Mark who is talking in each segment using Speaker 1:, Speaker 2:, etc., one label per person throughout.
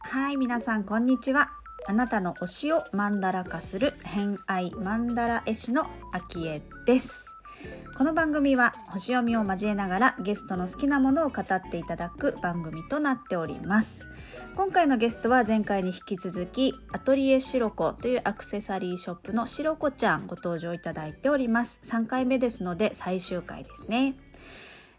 Speaker 1: はい、皆さんこんにちは。あなたの推しをマンダラ化する偏愛マンダラ絵師のアキエです。この番組は星読みを交えながらゲストの好きなものを語っていただく番組となっております。今回のゲストは前回に引き続きアトリエシロコというアクセサリーショップのシロコちゃんご登場いただいております。3回目ですので最終回ですね。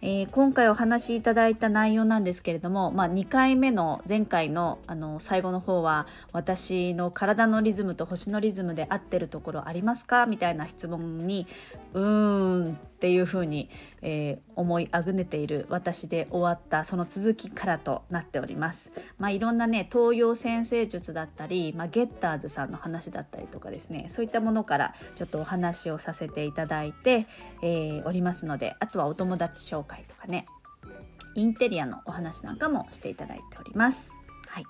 Speaker 1: えー今回お話しいただいた内容なんですけれども、まあ、2回目の前回のあの最後の方は私の体のリズムと星のリズムで合ってるところありますかみたいな質問にうーんっていうふうに、えー思いあぐねている私で終わったその続きからとなっております。まあ、いろんなね東洋占星術だったり、まあ、ゲッターズさんの話だったりとかですねそういったものからちょっとお話をさせていただいて、えーおりますのであとはお友達紹介とかねインテリアのお話なんかもしていただいております。はい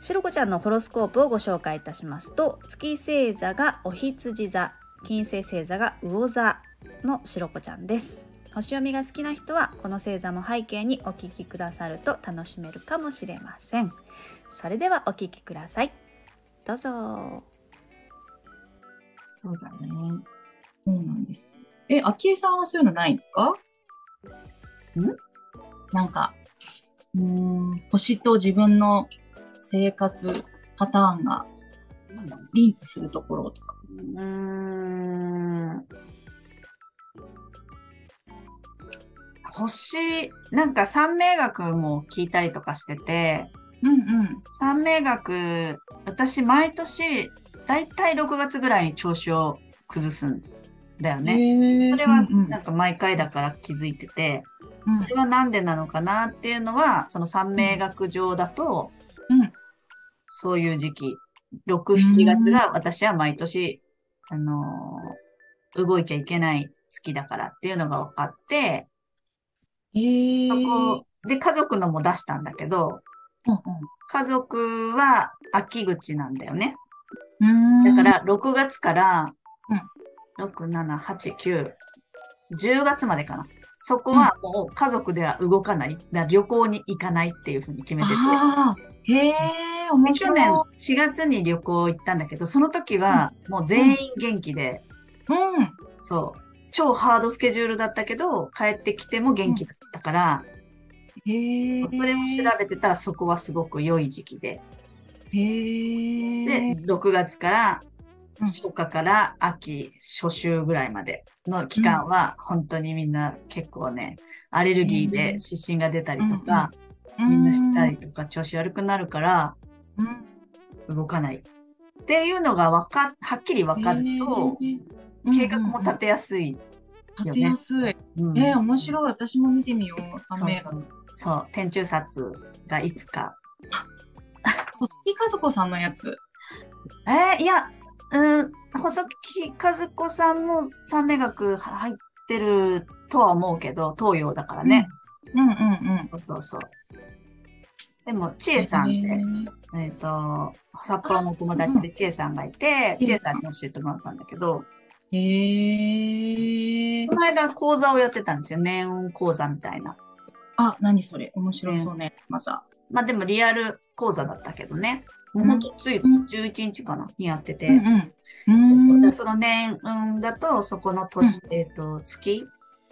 Speaker 1: しろこちゃんのホロスコープをご紹介いたしますと月星座がお羊座金星星座が魚座のしろこちゃんです星読みが好きな人はこの星座も背景にお聞きくださると楽しめるかもしれませんそれではお聞きくださいどうぞ
Speaker 2: そうだね。そうなんです。え、あきえさんはそういうのないんですかんなんか、うーん、星と自分の生活パターンがなんだろうリンクするところとか。
Speaker 3: うん星なんか三名学も聞いたりとかしてて
Speaker 2: うんうん。
Speaker 3: 三名学私毎年だいたい6月ぐらいに調子を崩すんだよね。
Speaker 2: ね
Speaker 3: それは
Speaker 2: うんうん
Speaker 3: なんか毎回だから気づいてて、
Speaker 2: うん
Speaker 3: それはなんでなのかなっていうのはその三名学上だと、
Speaker 2: うん
Speaker 3: そういう時期67月が私は毎年、あのー動いちゃいけない月だからっていうのが分かって、
Speaker 2: えー
Speaker 3: そこで家族のも出したんだけど
Speaker 2: う
Speaker 3: 家族は秋口なんだよね
Speaker 2: んう
Speaker 3: だ
Speaker 2: ん
Speaker 3: か、ら6月から、
Speaker 2: うん
Speaker 3: 678910月までかなそこはもう家族では動かない、だから旅行に行かないっていうふうに決めてて。
Speaker 2: ああ、へえ、面
Speaker 3: で
Speaker 2: 白
Speaker 3: 去
Speaker 2: い。
Speaker 3: 年4月に旅行行ったんだけど、その時はもう全員元気で、
Speaker 2: うん。
Speaker 3: そう、超ハードスケジュールだったけど、帰ってきても元気だったから、
Speaker 2: へえ。
Speaker 3: それを調べてたらそこはすごく良い時期で。
Speaker 2: へ
Speaker 3: で、
Speaker 2: え。
Speaker 3: 6月から、
Speaker 2: うん
Speaker 3: 初夏から秋初秋ぐらいまでの期間は、本当にみんな結構ね、アレルギー
Speaker 2: う
Speaker 3: で
Speaker 2: ん
Speaker 3: 湿疹が出たりとか、みんなしたりとか調子悪くなるから、
Speaker 2: うん。
Speaker 3: 動かない。っていうのがわか、はっきり分かると、
Speaker 2: へー、
Speaker 3: 計画も立てやすい。
Speaker 2: 立てやすい。
Speaker 3: うん
Speaker 2: えー、面白い。私も見てみよう。三名
Speaker 3: そ
Speaker 2: 画
Speaker 3: う。そう、天中殺がいつか。
Speaker 2: 細木和子さんのやつ。
Speaker 3: えーいや、うん、細木和子さんも三名学入ってるとは思うけど、東洋だからね。
Speaker 2: うんうんう
Speaker 3: そ
Speaker 2: ん。
Speaker 3: うそうそう。でも、千恵さんって、えっ、と、札幌のお友達で千恵さんがいて、
Speaker 2: うん
Speaker 3: 千恵さんに教えてもらったんだけど、
Speaker 2: へえ
Speaker 3: こ。の間講座をやってたんですよ。年運講座みたいな。
Speaker 2: あ、何それ。面白そうね。また。
Speaker 3: まあでもリアル講座だったけどね。もうほんとつい
Speaker 2: うん
Speaker 3: 11日かなにやってて。
Speaker 2: うんう。
Speaker 3: そうそうんだ
Speaker 2: う
Speaker 3: からその年運だと、そこの年、えっ、と、月、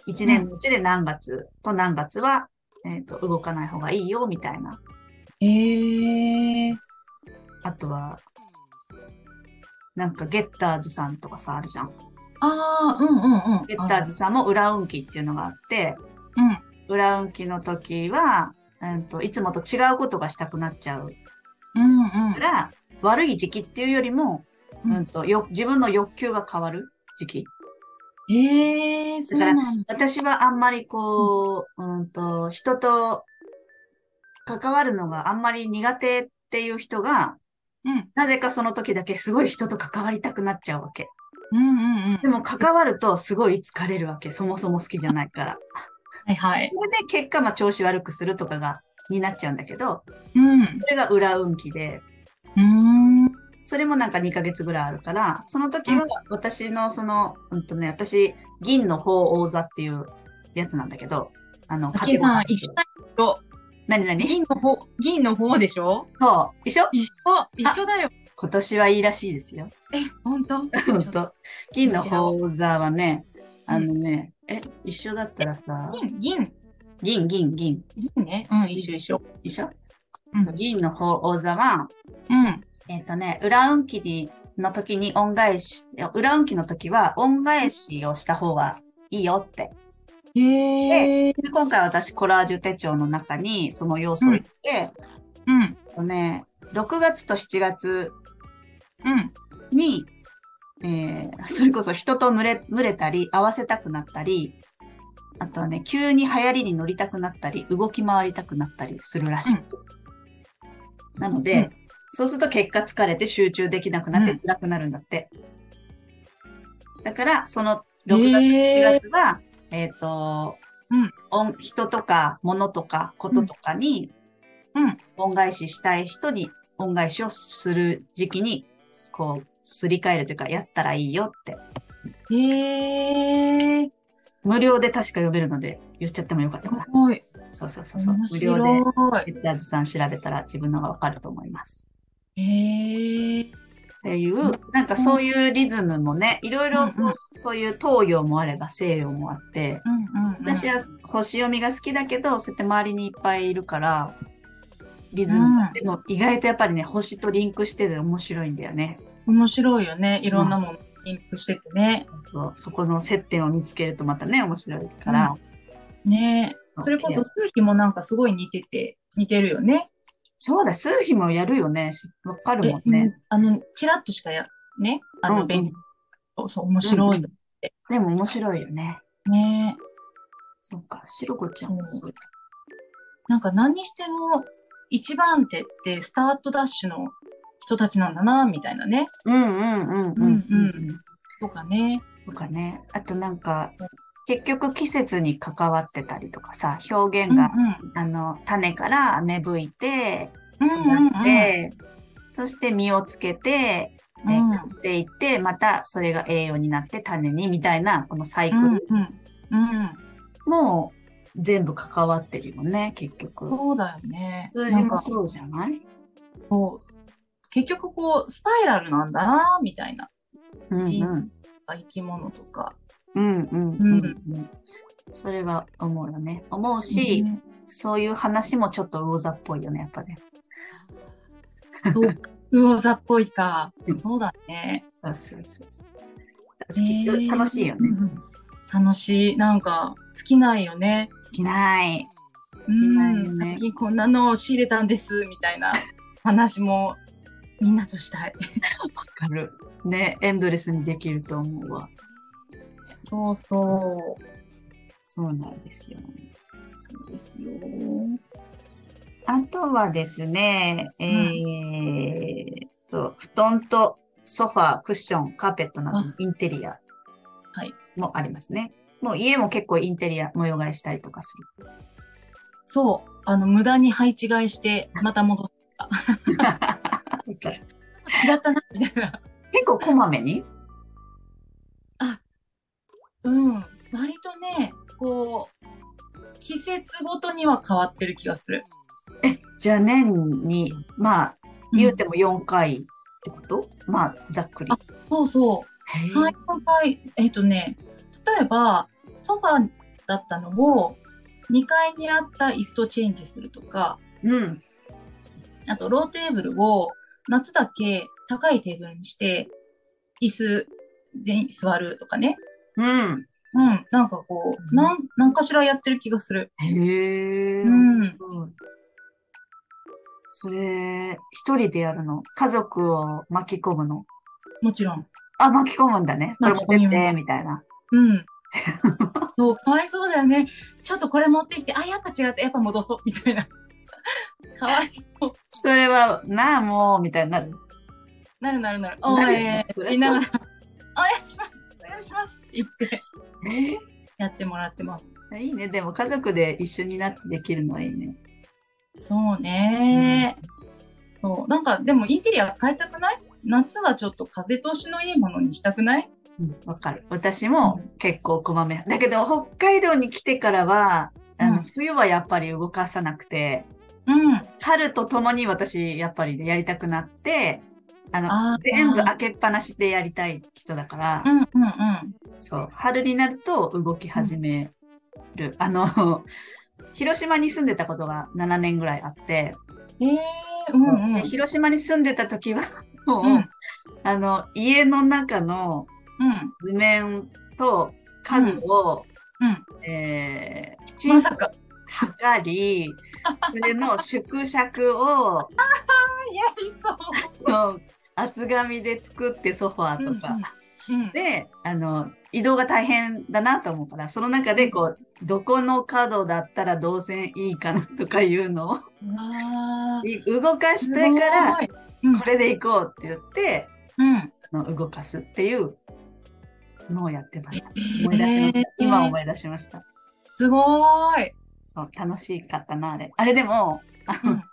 Speaker 3: 1年のうちで何月と何月は、えっ、と、動かない方がいいよ、みたいな。
Speaker 2: ん。へえ。
Speaker 3: あとは、なんか、ゲッターズさんとかさ、あるじゃん。
Speaker 2: ああ、うんうんうん。
Speaker 3: ゲッターズさんも裏運気っていうのがあって、
Speaker 2: うん。
Speaker 3: 裏運気の時は、うんと、いつもと違うことがしたくなっちゃう
Speaker 2: うんうん
Speaker 3: から、悪い時期っていうよりも、
Speaker 2: うん
Speaker 3: うんと、よ自分の欲求が変わる時期。
Speaker 2: へえ、そうなんだ。
Speaker 3: 私はあんまりこう、うん、と人と関わるのがあんまり苦手っていう人が、
Speaker 2: うん
Speaker 3: なぜかその時だけすごい人と関わりたくなっちゃうわけ。
Speaker 2: うんうんうん。
Speaker 3: でも関わるとすごい疲れるわけ。そもそも好きじゃないから。
Speaker 2: はいはい。
Speaker 3: それで結果、まあ調子悪くするとかが、になっちゃうんだけど、
Speaker 2: うん。う
Speaker 3: それが裏運気で、
Speaker 2: ーん。
Speaker 3: それもなんか2ヶ月ぐらいあるから、その時は私のその、うんとね、私、銀の鳳凰座っていうやつなんだけど、あの、
Speaker 2: あきえさん、
Speaker 3: 勝て
Speaker 2: 一
Speaker 3: る
Speaker 2: 緒だよ。
Speaker 3: 何何
Speaker 2: 銀の方、銀の方でしょ
Speaker 3: そう、一緒
Speaker 2: 一緒、一緒だよ。
Speaker 3: 今年はいいらしいですよ。
Speaker 2: え、本当
Speaker 3: 本当銀の鳳座はね、あのね、え、一緒だったらさ、
Speaker 2: 銀、
Speaker 3: 銀、
Speaker 2: 銀、
Speaker 3: 銀、銀、
Speaker 2: 銀ね。うん、一緒一緒。
Speaker 3: 一緒、
Speaker 2: うん
Speaker 3: そう銀の鳳座は、
Speaker 2: うん。
Speaker 3: えっ、とね、裏運気にの時に恩返し、いや裏運気の時は恩返しをした方がいいよって。
Speaker 2: へえ。
Speaker 3: で今回私コラージュ手帳の中にその要素を入れて、
Speaker 2: うん、
Speaker 3: えっとね、6月と7月
Speaker 2: うん、
Speaker 3: に、えーそれこそ人と群れ群れたり、合わせたくなったり、あとはね、急に流行りに乗りたくなったり、動き回りたくなったりするらしい。なので、
Speaker 2: うん
Speaker 3: そうすると結果疲れて集中できなくなって
Speaker 2: うん
Speaker 3: 辛くなるんだって。だから、その
Speaker 2: へー
Speaker 3: 6月、7月は、えっ、と、
Speaker 2: うん
Speaker 3: 恩人とか物とかこととかに、
Speaker 2: うん
Speaker 3: 恩返ししたい人に恩返しをする時期に、こう、すり替えるというか、やったらいいよって。
Speaker 2: うん。へえ。
Speaker 3: 無料で確か読めるので、言っちゃってもよかった
Speaker 2: す
Speaker 3: かな。
Speaker 2: ごい。
Speaker 3: そうそうそうそう。
Speaker 2: 面
Speaker 3: 無料で、
Speaker 2: 白
Speaker 3: ペッターズさん調べたら自分のがわかると思います。
Speaker 2: い。へえ。
Speaker 3: っていうう、なんかそういうリズムもね、いろいろこう
Speaker 2: うんうん
Speaker 3: そういう東洋もあれば西洋もあって、
Speaker 2: うんうん、うん。
Speaker 3: 私は星読みが好きだけど、そうやって周りにいっぱいいるから、リズムが、
Speaker 2: うん
Speaker 3: でも意外とやっぱりね、星とリンクしてて面白いんだよね。
Speaker 2: 面白いよね。いろんなものリンクしててね。
Speaker 3: そうそこの接点を見つけるとまたね、面白いから。
Speaker 2: ね
Speaker 3: そう
Speaker 2: それこそ数比もなんかすごい似てて、似てるよね。
Speaker 3: そうだ、数日もやるよね。しわかるもん
Speaker 2: え
Speaker 3: ね。
Speaker 2: あの、ちらっとしかや、ね。
Speaker 3: う
Speaker 2: あ
Speaker 3: んう
Speaker 2: の、
Speaker 3: ん
Speaker 2: 勉強、そう、面白い。
Speaker 3: でも面白いよね。
Speaker 2: ね
Speaker 3: そうか、しろこちゃんも
Speaker 2: うん
Speaker 3: そうだ
Speaker 2: なんか何にしても、一番手ってスタートダッシュの人たちなんだな、みたいなね。
Speaker 3: うんうんうん
Speaker 2: うんうん
Speaker 3: うん。
Speaker 2: とかね。
Speaker 3: とかね。あとなんか、結局季節に関わってたりとかさ、表現が、あの、種から芽吹いて、
Speaker 2: うん
Speaker 3: 育
Speaker 2: うんうん
Speaker 3: って、そして実をつけて、
Speaker 2: うん
Speaker 3: ね、していって、またそれが栄養になって種にみたいな、このサイク
Speaker 2: うん、うん、
Speaker 3: ル
Speaker 2: うん。うん。
Speaker 3: も全部関わってるよね、結局。
Speaker 2: そうだよね。
Speaker 3: 数
Speaker 2: な
Speaker 3: 字
Speaker 2: ん
Speaker 3: も
Speaker 2: か、
Speaker 3: そうじゃない
Speaker 2: 結局こう、スパイラルなんだな、みたいな。
Speaker 3: うん
Speaker 2: 人
Speaker 3: うん
Speaker 2: 生き物とか。
Speaker 3: うんうんうんうん。それは思うよね。思うし、
Speaker 2: うん
Speaker 3: そういう話もちょっと魚座っぽいよね、やっぱね。
Speaker 2: そう、魚座っぽいか
Speaker 3: う。ん
Speaker 2: そうだね。
Speaker 3: そうそうそうそう。
Speaker 2: え
Speaker 3: 好き、
Speaker 2: ー
Speaker 3: 楽しいよ
Speaker 2: う
Speaker 3: ね。
Speaker 2: ん楽しい。なんか、尽きないよね。
Speaker 3: 好きない。
Speaker 2: う
Speaker 3: きないよ
Speaker 2: ん。
Speaker 3: ね
Speaker 2: 最近こんなのを仕入れたんです、みたいな話も、みんなとしたい。
Speaker 3: わかる。ね、エンドレスにできると思うわ。
Speaker 2: そうそう。
Speaker 3: そうなんですよ。
Speaker 2: そうですよ。
Speaker 3: あとはですね、えーっと、布団とソファー、クッション、カーペットなどのインテリア
Speaker 2: はい
Speaker 3: もありますね。もう家も結構インテリア模様替えしたりとかする。
Speaker 2: そう。あの、無駄に配置換えして、また戻っ
Speaker 3: 結
Speaker 2: 違ったな、みた いな。
Speaker 3: 構こまめに
Speaker 2: うん。割とね、こう、季節ごとには変わってる気がする。
Speaker 3: じゃあ年に、まあ、言うても4回ってこと、まあ、ざっくり。
Speaker 2: そうそう。
Speaker 3: へー
Speaker 2: 最4回、えっ、とね、例えば、ソファだったのを、2階にあった椅子とチェンジするとか、
Speaker 3: うん。
Speaker 2: あと、ローテーブルを、夏だけ高いテーブルにして、椅子で座るとかね。
Speaker 3: うん。
Speaker 2: うん、なんかこ
Speaker 3: う
Speaker 2: う、
Speaker 3: ん
Speaker 2: なん、なんかしらやってる気がする。
Speaker 3: へえ。
Speaker 2: うん。
Speaker 3: うんそれ、一人でやるの家族を巻き込むの
Speaker 2: もちろん。
Speaker 3: あ、巻き込むんだね。これ
Speaker 2: 巻
Speaker 3: 持
Speaker 2: き込
Speaker 3: っ
Speaker 2: みます
Speaker 3: て、みたいな。
Speaker 2: うん。そう、かわいそうだよね。ちょっとこれ持ってきて、あ、やっぱ違った、やっぱ戻そう、みたいな。かわいそう。
Speaker 3: それは、なあ、もう、みたいになる。
Speaker 2: なるなるなる。
Speaker 3: なる
Speaker 2: お
Speaker 3: よ
Speaker 2: 前、
Speaker 3: そりゃ
Speaker 2: 言いながら、お願いします、お願いしますって言って
Speaker 3: え
Speaker 2: やってもらってます。
Speaker 3: いいね。でも、家族で一緒になってできるのはいいね。
Speaker 2: そうね、そう。なんか、でもインテリア変えたくない夏はちょっと風通しのいいものにしたくない
Speaker 3: わかる。私も結構こまめ。だけど、北海道に来てからは、あの
Speaker 2: うん
Speaker 3: 冬はやっぱり動かさなくて、
Speaker 2: うん。あ
Speaker 3: 春とともに私、やっぱりねやりたくなって、あの、
Speaker 2: あー。
Speaker 3: 全部開けっぱなしでやりたい人だから
Speaker 2: う、んうんうん。
Speaker 3: そう、春になると動き始める。あの、 広島に住んでたことが7年ぐらいあって、
Speaker 2: ええうんうん。
Speaker 3: で広島に住んでた時は、 もう、
Speaker 2: うん
Speaker 3: あの、家の中の
Speaker 2: うん。
Speaker 3: 図面と家具を、
Speaker 2: うん
Speaker 3: えーきち
Speaker 2: ま
Speaker 3: んと
Speaker 2: さか。
Speaker 3: 測り、それの縮尺を
Speaker 2: やりそ
Speaker 3: の厚紙で作ってソファーとか、
Speaker 2: うん。うん、
Speaker 3: であの移動が大変だなと思うからその中でこうどこの角だったら動線いいかなとかいうのを
Speaker 2: あー。
Speaker 3: 動かしてから
Speaker 2: すごい。うん
Speaker 3: これで行こうって言って
Speaker 2: うん。
Speaker 3: あの動かすっていうのをやってました。思い出しました。
Speaker 2: えー
Speaker 3: 今思い出しました。
Speaker 2: すごーい。
Speaker 3: そう楽しかったなあれ。あれでもあ
Speaker 2: う
Speaker 3: の
Speaker 2: ん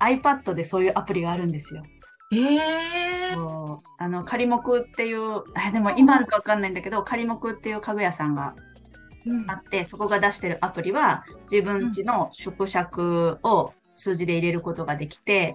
Speaker 3: iPad でそういうアプリがあるんですよ。
Speaker 2: ええ
Speaker 3: そうあの仮木っていうあでも今あるかわかんないんだけど仮木っていう家具屋さんが
Speaker 2: うん
Speaker 3: あってそこが出してるアプリは自分家の縮尺を数字で入れることができて、
Speaker 2: えー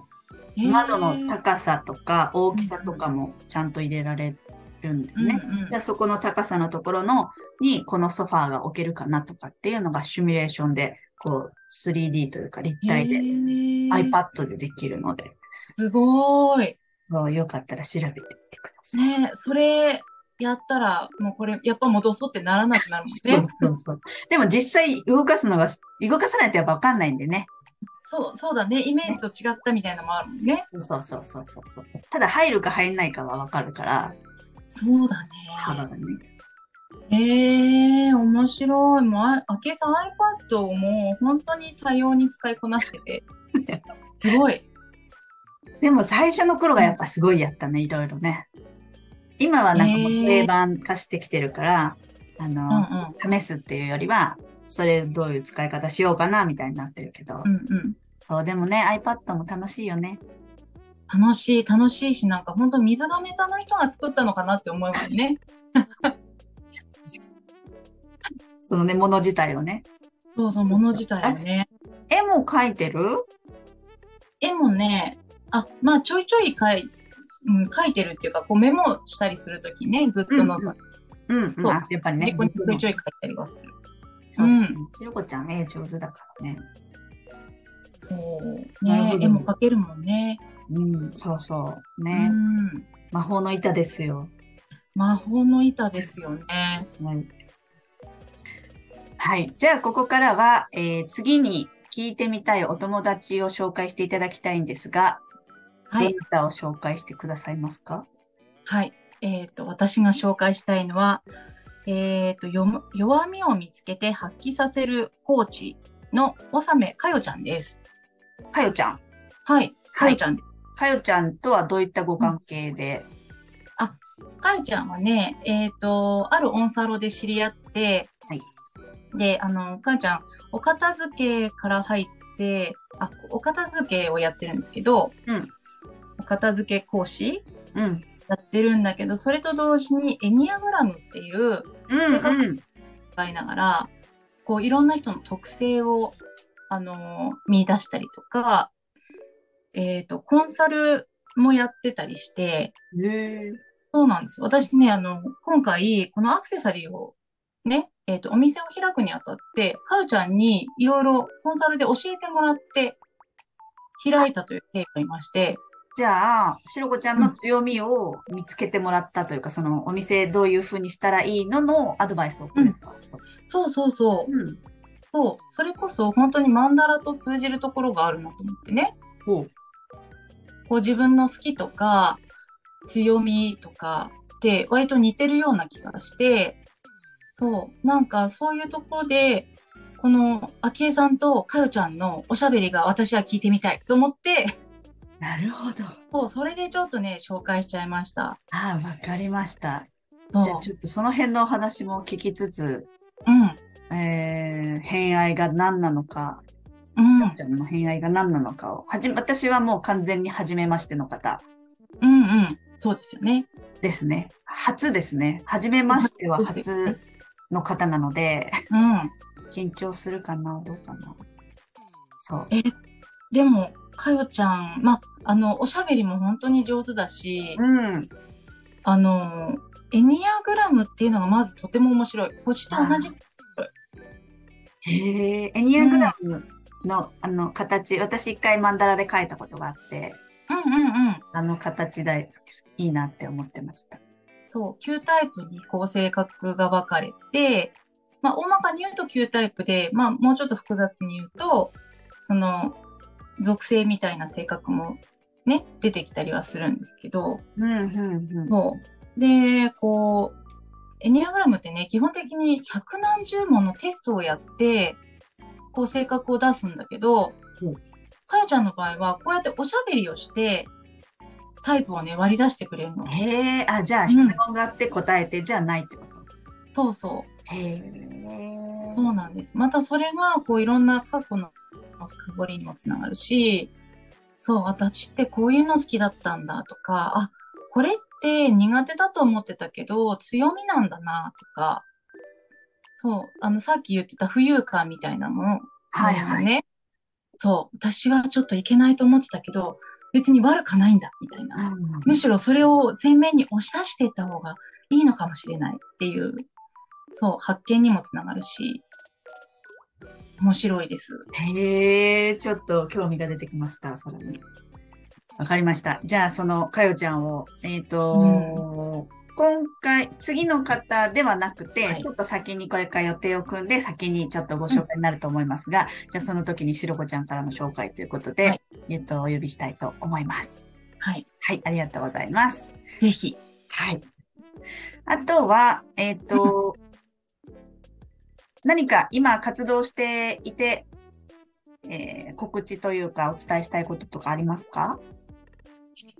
Speaker 3: 窓の高さとか大きさとかもちゃんと入れられるんだよね。
Speaker 2: うんうん
Speaker 3: じゃあそこの高さのところのにこのソファーが置けるかなとかっていうのがシミュレーションでこう 3D というか立体
Speaker 2: え
Speaker 3: で
Speaker 2: ー
Speaker 3: iPad でできるのです
Speaker 2: ごーい。
Speaker 3: そうよかったら調べてみてください。
Speaker 2: ねえそれやったら、もうこれ、やっぱ戻そうってならなくなるも
Speaker 3: そ
Speaker 2: ん
Speaker 3: う
Speaker 2: ね。
Speaker 3: そうそう。でも実際動かすのは、動かさないとやっぱわかんないんでね。
Speaker 2: そう、そうだね。イメージと違ったみたいなのもあるもんね。
Speaker 3: そうそうそうそうそう。ただ入るか入んないかはわかるから、
Speaker 2: そうだ
Speaker 3: 幅がね。
Speaker 2: ね。ええ面白い。もう、ああけいさん iPad をもう本当に多様に使いこなして て。すごい。
Speaker 3: でも最初の頃がやっぱすごいやったね、いろいろね。今はなんかもう
Speaker 2: へー
Speaker 3: 定番化してきてるから、あ
Speaker 2: うんう
Speaker 3: の、
Speaker 2: ん。
Speaker 3: 試すっていうよりは、それどういう使い方しようかなみたいになってるけど、
Speaker 2: うんうん。
Speaker 3: そうでもね iPad も楽しいよね
Speaker 2: 楽しい、楽しいし、なんか本当水亀座の人が作ったのかなって思うもんね。
Speaker 3: そのねもの自体をね
Speaker 2: そうそう、物自体はね。
Speaker 3: 絵も描いてる
Speaker 2: 絵もね、あ、まあちょいちょい描い、うん、描いてるっていうか、こうメモしたりするときね、グッドの、
Speaker 3: うん
Speaker 2: 自
Speaker 3: うん、うん、
Speaker 2: そう
Speaker 3: あやっぱりね
Speaker 2: 己にちょいちょい描いたりはする。
Speaker 3: そう
Speaker 2: うん
Speaker 3: だね。ひろこちゃん、絵上手だからね。
Speaker 2: そう。
Speaker 3: なるほ
Speaker 2: ね
Speaker 3: ど、ね
Speaker 2: 絵も描けるもんね。
Speaker 3: うん、そうそう。
Speaker 2: う
Speaker 3: ね、
Speaker 2: ん。
Speaker 3: 魔法の板ですよ。
Speaker 2: 魔法の板ですよね。
Speaker 3: はい。はい。じゃあ、ここからは、えー次に聞いてみたいお友達を紹介していただきたいんですが、
Speaker 2: は
Speaker 3: デ
Speaker 2: い
Speaker 3: ー。タを紹介してくださいますか
Speaker 2: はい。えっ、と、私が紹介したいのは、えっ、とよも、弱みを見つけて発揮させるコーチのわさめかよちゃんです。
Speaker 3: かよちゃん。
Speaker 2: はい。かよちゃんです
Speaker 3: かよちゃんとはどういったご関係で、
Speaker 2: かよちゃんはね、えっ、と、あるオンサロで知り合って、
Speaker 3: はい
Speaker 2: で、あの、かよちゃん、お片付けから入って、あ、お片付けをやってるんですけど、
Speaker 3: うん
Speaker 2: お片付け講師
Speaker 3: うん、
Speaker 2: やってるんだけど、それと同時にエニアグラムっていう、
Speaker 3: うん、うん、
Speaker 2: 使いながら、こう、いろんな人の特性を、あの、見出したりとか、えっ、と、コンサルもやってたりして、
Speaker 3: へー
Speaker 2: そうなんです。私ね、あの、今回、このアクセサリーを、ね、えっ、と、お店を開くにあたって、かよちゃんにいろいろコンサルで教えてもらって、開いたという経過いまして、
Speaker 3: じゃあ、しろこちゃんの強みを見つけてもらったというか、そのお店どういうふうにしたらいいののアドバイスをくれた。
Speaker 2: そうそうそう、
Speaker 3: うん。
Speaker 2: そう、それこそ本当にマンダラと通じるところがあるなと思ってね、
Speaker 3: ほう。
Speaker 2: こう自分の好きとか、強みとかって割と似てるような気がして、そう、なんかそういうところで、この昭恵さんとかよちゃんのおしゃべりが私は聞いてみたいと思って、
Speaker 3: なるほど。
Speaker 2: そう、それでちょっとね、紹介しちゃいました。
Speaker 3: ああ、わかりました。
Speaker 2: そ
Speaker 3: じゃあ
Speaker 2: う。
Speaker 3: ちょっとその辺のお話も聞きつつ、
Speaker 2: うん。
Speaker 3: えー、偏愛が何なのか、
Speaker 2: うん。
Speaker 3: ちゃんの偏愛が何なのかを、はじめ私はもう完全に初めましての方、
Speaker 2: うんうん。そうですよね。
Speaker 3: ですね。初ですね。初めましては
Speaker 2: 初ですね
Speaker 3: 初の方なので、
Speaker 2: うん。
Speaker 3: 緊張するかなどうかなそう。
Speaker 2: でも、かよちゃん、まあ、あの、おしゃべりも本当に上手だし、
Speaker 3: うん。
Speaker 2: あの、エニアグラムっていうのがまずとても面白い。星と同じ。
Speaker 3: へえ、エニアグラムの、あの形、私一回マンダラで描いたことがあって、
Speaker 2: うんうんうん。
Speaker 3: あの形大好き、いいなって思ってました。
Speaker 2: そう、9タイプにこう性格が分かれて、まあ、大まかに言うと9タイプで、まあ、もうちょっと複雑に言うと、その、属性みたいな性格もね、出てきたりはするんですけど、
Speaker 3: うん、うん、
Speaker 2: そう。で、こう、エニアグラムってね、基本的に百何十問のテストをやって、こう性格を出すんだけど
Speaker 3: うん、
Speaker 2: かよちゃんの場合は、こうやっておしゃべりをして、タイプをね、割り出してくれるの
Speaker 3: うん。。へえ、あ、じゃあ質問があって答えて、じゃあないってこと。
Speaker 2: そうそう。
Speaker 3: へえ。
Speaker 2: そうなんです。またそれがこういろんな過去の深掘りにもつながるし、そう、私ってこういうの好きだったんだとか、あ、これって苦手だと思ってたけど強みなんだなとか、そう、あのさっき言ってた浮遊感みたいなのを、
Speaker 3: はいはい。
Speaker 2: ね、そう、私はちょっといけないと思ってたけど、別に悪くないんだみたいな。むしろそれを前面に押し出していった方がいいのかもしれないっていう、そう、発見にもつながるし、面白いです。
Speaker 3: へえ、ちょっと興味が出てきました、さらに。わかりました。じゃあ、その、かよちゃんを、えっ、と、今回、次の方ではなくて、
Speaker 2: はい
Speaker 3: ちょっと先にこれから予定を組んで、先にちょっとご紹介になると思いますが、じゃあ、その時にしろこちゃんからの紹介ということで、
Speaker 2: はい
Speaker 3: えっ、と、お呼びしたいと思います。
Speaker 2: はい。
Speaker 3: はい、ありがとうございます。
Speaker 2: ぜひ。
Speaker 3: はい。あとは、えっ、 と、何か今活動していて、えー告知というかお伝えしたいこととかありますか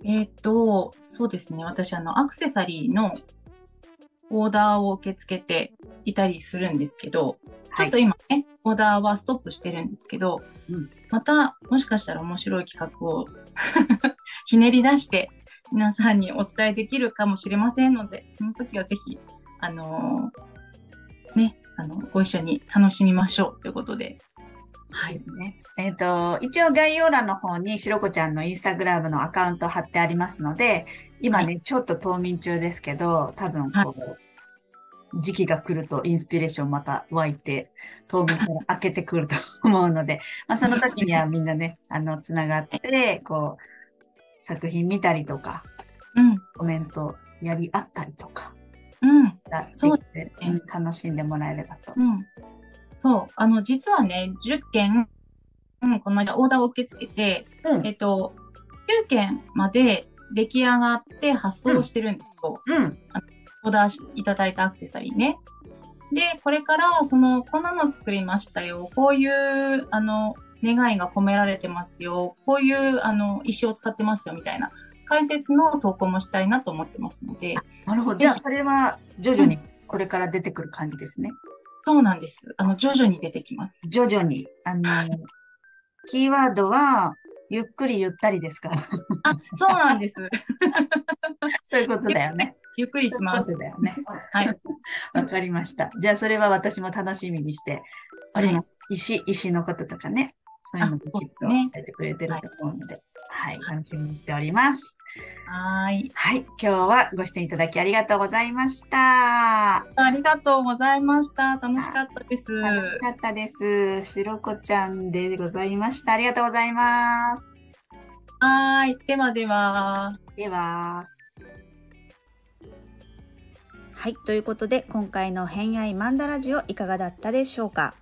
Speaker 2: えっ、と、そうですね。私、あの、アクセサリーのオーダーを受け付けていたりするんですけど、ちょっと
Speaker 3: はい、
Speaker 2: 今ね、オーダーはストップしてるんですけど、
Speaker 3: うん
Speaker 2: またもしかしたら面白い企画を ひねり出して皆さんにお伝えできるかもしれませんので、その時はぜひ、あのーね、あの、ご一緒に楽しみましょうということで。は
Speaker 3: で
Speaker 2: い。
Speaker 3: すね。えっ、と、一応概要欄の方にしろこちゃんのインスタグラムのアカウント貼ってありますので、今ね、ちょっと冬眠中ですけど、多分こう、時期が来るとインスピレーションまた湧いて、冬眠から明けてくると思うの で、まあ、その時にはみんなね、あの、つながって、こう、作品見たりとか、
Speaker 2: うん、
Speaker 3: コメントやり合ったりとか、
Speaker 2: うん。そう
Speaker 3: できて
Speaker 2: すね
Speaker 3: うん楽しんでもらえればと。
Speaker 2: うん。そう。あの、実はね、10件、うん、この間オーダーを受け付けて、
Speaker 3: うん
Speaker 2: えっと、9件まで出来上がって発送してるんですよ。
Speaker 3: うん。
Speaker 2: オーダーしいただいたアクセサリーね。で、これから、その、こんなの作りましたよ。こういう、あの、願いが込められてますよ。こういう、あの、石を使ってますよ、みたいな。解説の投稿もしたいなと思ってますので。
Speaker 3: なるほど。じゃあ、それは徐々にこれから出てくる感じですね。
Speaker 2: そうなんです。あの、徐々に出てき ます。
Speaker 3: 徐々に。あの、キーワードは、ゆっくりゆったりです から。
Speaker 2: あ、そうなんです。
Speaker 3: そういうことだよね。
Speaker 2: ゆっ
Speaker 3: そ
Speaker 2: く
Speaker 3: うい
Speaker 2: り
Speaker 3: う
Speaker 2: しま
Speaker 3: こ
Speaker 2: す。
Speaker 3: とだよね。
Speaker 2: はい。
Speaker 3: わかりました。じゃあ、それは私も楽しみにしております。石、石のこととかね。そういうのもきっと
Speaker 2: あそうね
Speaker 3: 書いてくれてると思うので、はい。楽しみにしております。
Speaker 2: はーい。
Speaker 3: はい。今日はご出演いただきありがとうございました。
Speaker 2: ありがとうございました。楽しかったです。
Speaker 3: 楽しかったです。しろこちゃんでございました。ありがとうございます。
Speaker 2: はーい。ではでは。
Speaker 3: では。
Speaker 1: はい、ということで今回の「偏愛マンダラジオ」いかがだったでしょうか、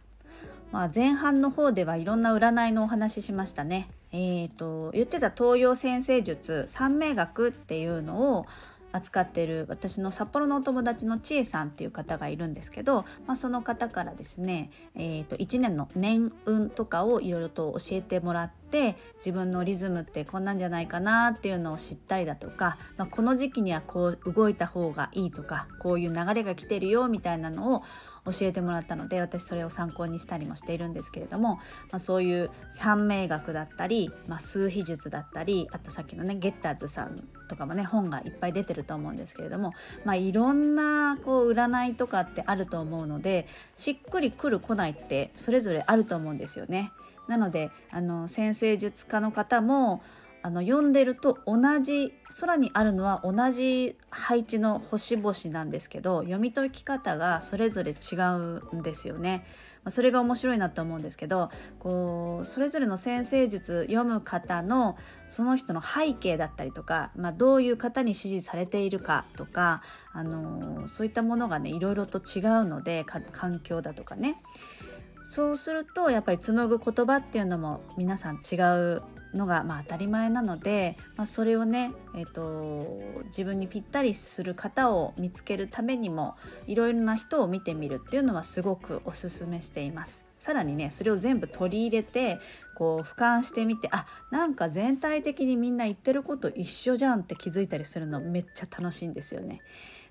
Speaker 1: まあ、前半の方ではいろんな占いのお話ししましたね。えー、と言ってた東洋先生術三名学っていうのを扱ってる私の札幌のお友達の千恵さんっていう方がいるんですけど、まあ、その方からですね、えー、と1年の年運とかをいろいろと教えてもらって。
Speaker 3: って自分のリズムってこんなんじゃないかなっていうのを知ったりだとか、まあ、この時期にはこう動いた方がいいとかこういう流れが来てるよみたいなのを教えてもらったので私それを参考にしたりもしているんですけれども、まあ、そういう三名学だったり、まあ、数秘術だったりあとさっきのねゲッターズさんとかもね本がいっぱい出てると思うんですけれども、まあ、いろんなこう占いとかってあると思うのでしっくりくる来ないってそれぞれあると思うんですよね。なのであの先生術家の方もあの読んでると同じ空にあるのは同じ配置の星々なんですけど読み解き方がそれぞれ違うんですよね。まあ、それが面白いなと思うんですけどこうそれぞれの先生術読む方のその人の背景だったりとか、まあ、どういう方に支持されているかとか、あのーそういったものがねいろいろと違うのでか環境だとかね。そうするとやっぱり紡ぐ言葉っていうのも皆さん違うのがまあ当たり前なので、まあ、それをね、えー、と自分にぴったりする方を見つけるためにもいろいろな人を見てみるっていうのはすごくおすすめしています。さらにねそれを全部取り入れてこう俯瞰してみてあなんか全体的にみんな言ってること一緒じゃんって気づいたりするのめっちゃ楽しいんですよね。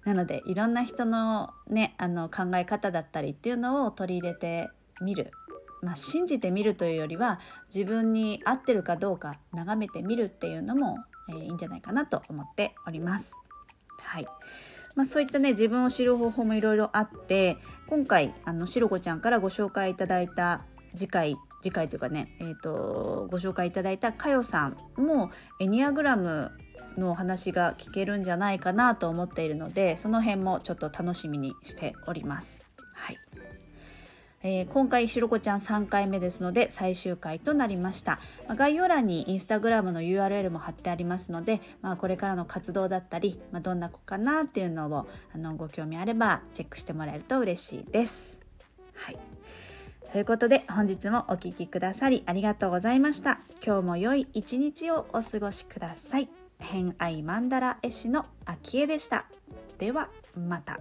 Speaker 3: なのでいろんな人のねあの考え方だったりっていうのを取り入れてみるまあ、信じてみるというよりは自分に合ってるかどうか眺めてみるっていうのも、えー、いいんじゃないかなと思っております。はいまあ、そういったね自分を知る方法もいろいろあって今回あのしろこちゃんからご紹介いただいた次回次回というかね、えーと、とご紹介いただいたかよさんもエニアグラムのお話が聞けるんじゃないかなと思っているのでその辺もちょっと楽しみにしております。はい、えー、今回しろこちゃん3回目ですので最終回となりました、まあ、概要欄にインスタグラムの URL も貼ってありますので、まあ、これからの活動だったり、まあ、どんな子かなっていうのをあのご興味あればチェックしてもらえると嬉しいです。はいということで本日もお聴きくださりありがとうございました。今日も良い一日をお過ごしください。偏愛マンダ絵師のあきえでした。ではまた。